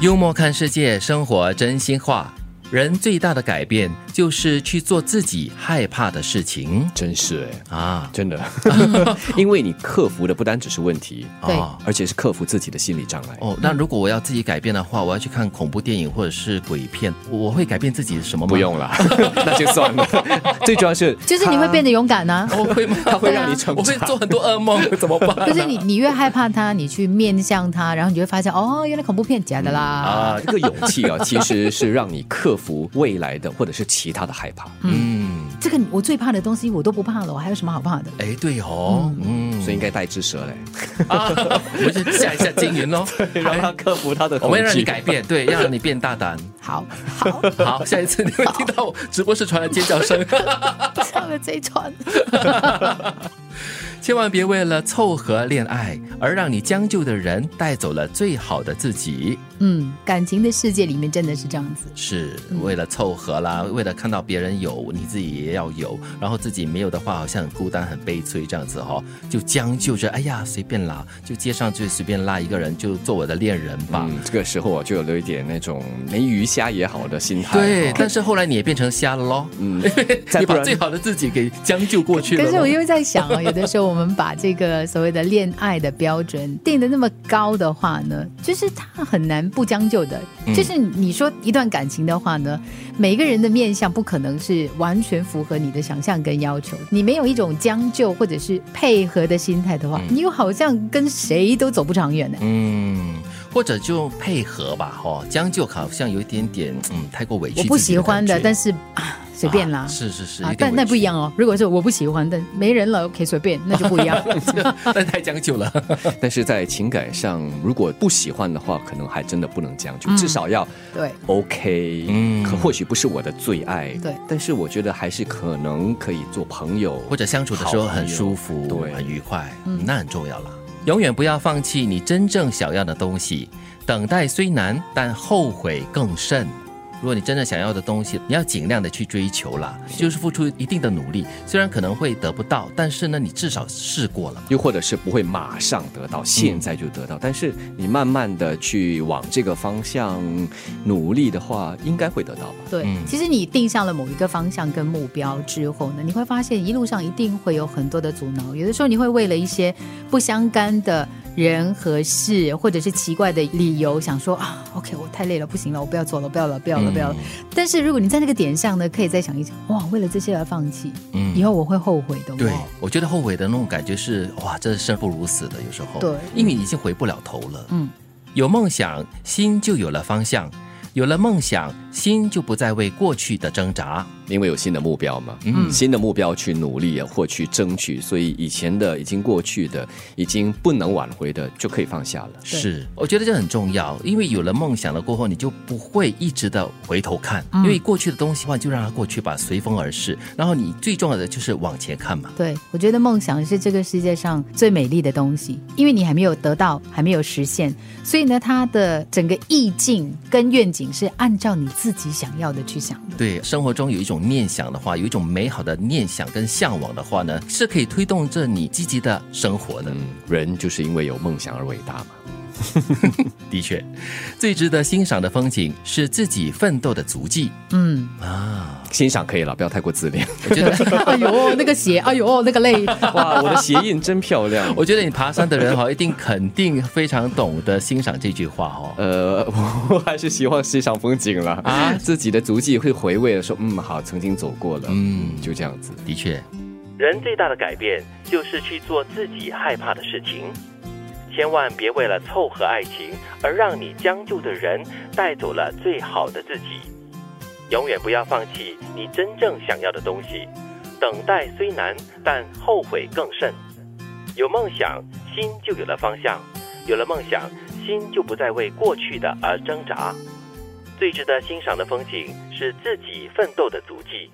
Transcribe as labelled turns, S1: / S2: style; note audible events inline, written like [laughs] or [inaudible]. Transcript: S1: 幽默看世界，生活真心话。人最大的改变就是去做自己害怕的事情
S2: 真是哎，
S1: 啊！
S2: 真的， [laughs] 因为你克服的不单只是问题，
S3: 对
S1: 哦
S2: 而且是克服自己的心理障碍。
S1: 哦，那如果我要自己改变的话，我要去看恐怖电影或者是鬼片，我会改变自己什么吗？
S2: 不， [laughs] 用了，那就算 [laughs] 了。最主要是，
S3: 就是你会变得勇敢啊
S1: [laughs]
S3: 呐、
S1: 我哦会吗？他
S2: [laughs] 会让你成长
S1: 我会做很多噩
S2: [laughs]
S1: 梦，怎么办？
S3: 就是你，你越害怕它，你去面向它，然后你就会发现，哦，原来恐怖片假的
S1: 嗯
S3: 啦。
S2: 啊，这个勇气 [laughs] 啊，其实是让你克服未来的或者是其他的害怕。
S1: 嗯，
S3: 这个我最怕的东西我都不怕了，我还有什么好怕的？
S1: 哎，对哦，嗯，
S2: 所以应该带只蛇嘞，
S1: 啊，我就吓一吓金云
S2: [laughs]
S1: 喽。
S2: 让他克服他的
S1: 我
S2: 恐
S1: 们要让你
S2: 惧。
S1: 改变，对，要让你变大
S2: [laughs]
S1: 胆。
S3: 好好，
S1: 好，下一次你会听到我直播室传来尖叫声。
S3: 上了这一船。
S1: 千万别为了凑合恋爱而让你将就的人带走了最好的自己，
S3: 嗯，感情的世界里面真的是这样子。
S1: 是
S3: 嗯
S1: 为了凑合啦，为了看到别人有，你自己也要有，然后自己没有的话，好像很孤单、很悲催这样子哦，就将就着，哎呀，随便啦，就街上就随便拉一个人，就做我的恋人吧。
S2: 嗯，这个时候啊，就有一点那种没鱼虾也好的心态。
S1: 对，[laughs]
S2: 哦
S1: 但是后来你也变成瞎了
S3: [laughs]
S1: 喽，
S2: 嗯，
S1: 你
S2: 再不
S1: 把
S2: 然
S1: 最好的自己给将就过去了
S3: 可
S1: 咯。
S3: 是我又在想啊，有的时候我们把这个所谓的恋爱的标准定的那么高的话呢，就是它很难不将就的。
S1: 嗯
S3: 就是你说一段感情的话呢，每个人的面相不可能是完全符合你的想象跟要求。你没有一种将就或者是配合的心态的话，你又好像跟谁都走不长远呢、
S1: 嗯，或者就配合吧，哦，将就好像有一点点，嗯，太过委屈自
S3: 我
S1: 己感觉。
S3: 不喜欢的，但是 [laughs] 啊，随便啦。
S1: 啊是是是，
S3: 啊
S1: 有，点
S3: 但
S1: 委
S3: 那不
S1: 屈
S3: 一，样哦。如果是我不喜欢，但没人了，OK，随便，那就不一样。
S1: [laughs] [laughs] 但太将就
S3: [laughs]
S1: 了。
S2: 但是在情感上，如果不喜欢的话，可能还真的不能将就，至少要
S3: 对，
S2: OK，
S1: 嗯
S2: 可或许不是我的最爱，
S3: 对
S2: 但是我觉得还是可能可以做朋友，
S1: 或者相处的时候很舒服，
S2: 好朋友对
S1: 很愉快，嗯，那很重要啦。永远不要放弃你真正想要的东西，等待虽难，但后悔更甚。如果你真的想要的东西，你要尽量的去追求啦，就是付出一定的努力，虽然可能会得不到，但是呢，你至少试过了。
S2: 又或者是不会马上得到，现在就得到，但是你慢慢的去往这个方向努力的话，应该会得到吧。
S3: 对，
S1: 嗯
S3: 其实你定下了某一个方向跟目标之后呢，你会发现一路上一定会有很多的阻挠，有的时候你会为了一些不相干的人和事，或者是奇怪的理由，想说啊，OK，我嗯太累了，不行了，我不要做了，不要了，不要了，不要了。
S1: 嗯
S3: 但是如果你在那个点上呢，可以再想一想，哇，为了这些而放弃，
S1: 嗯
S3: 以后我会后悔的。
S1: 对
S3: 哇，
S1: 我觉得后悔的那种感觉是，哇，真是生不如死的，有时候。
S3: 对
S1: 因为你已经回不了头了。
S3: 嗯，
S1: 有梦想，心就有了方向；有了梦想，心就不再为过去的挣扎。
S2: 因为有新的目标嘛，
S1: 嗯
S2: 新的目标去努力啊，或去争取，所以以前的已经过去的，已经不能挽回的，就可以放下了。
S1: 是，我觉得这很重要，因为有了梦想了过后，你就不会一直的回头看，
S3: 嗯
S1: 因为过去的东西的话，就让它过去吧，随风而逝。然后你最重要的就是往前看嘛。
S3: 对，我觉得梦想是这个世界上最美丽的东西，因为你还没有得到，还没有实现，所以呢，它的整个意境跟愿景是按照你自己想要的去想的。
S1: 对生活中有一种念想的话，有一种美好的念想跟向往的话呢，是可以推动着你积极的生活的。
S2: 嗯，人就是因为有梦想而伟大嘛。
S1: 的确，最值得欣赏的风景是自己奋斗的足迹
S3: [laughs] 嗯，
S1: 啊！
S2: 欣赏可以了，不要太过自恋。
S1: 我觉得，
S3: 哎呦，那个鞋，哎呦，那个泪，
S2: 哇， [laughs] 我的鞋印真漂亮
S1: 我觉得你爬山的人哈，一定肯定非常懂得欣赏这句话哦。
S2: 呃，我还是希望欣赏风景了
S1: 啊
S2: 啊，自己的足迹会回味的，说嗯好，曾经走过了，
S1: 嗯
S2: 嗯，就这样子。
S1: 的确，
S4: 人最大的改变就是去做自己害怕的事情，千万别为了凑合爱情而让你将就的人带走了最好的自己。永远不要放弃你真正想要的东西，等待虽难，但后悔更甚。有梦想，心就有了方向；有了梦想，心就不再为过去的而挣扎。最值得欣赏的风景是自己奋斗的足迹。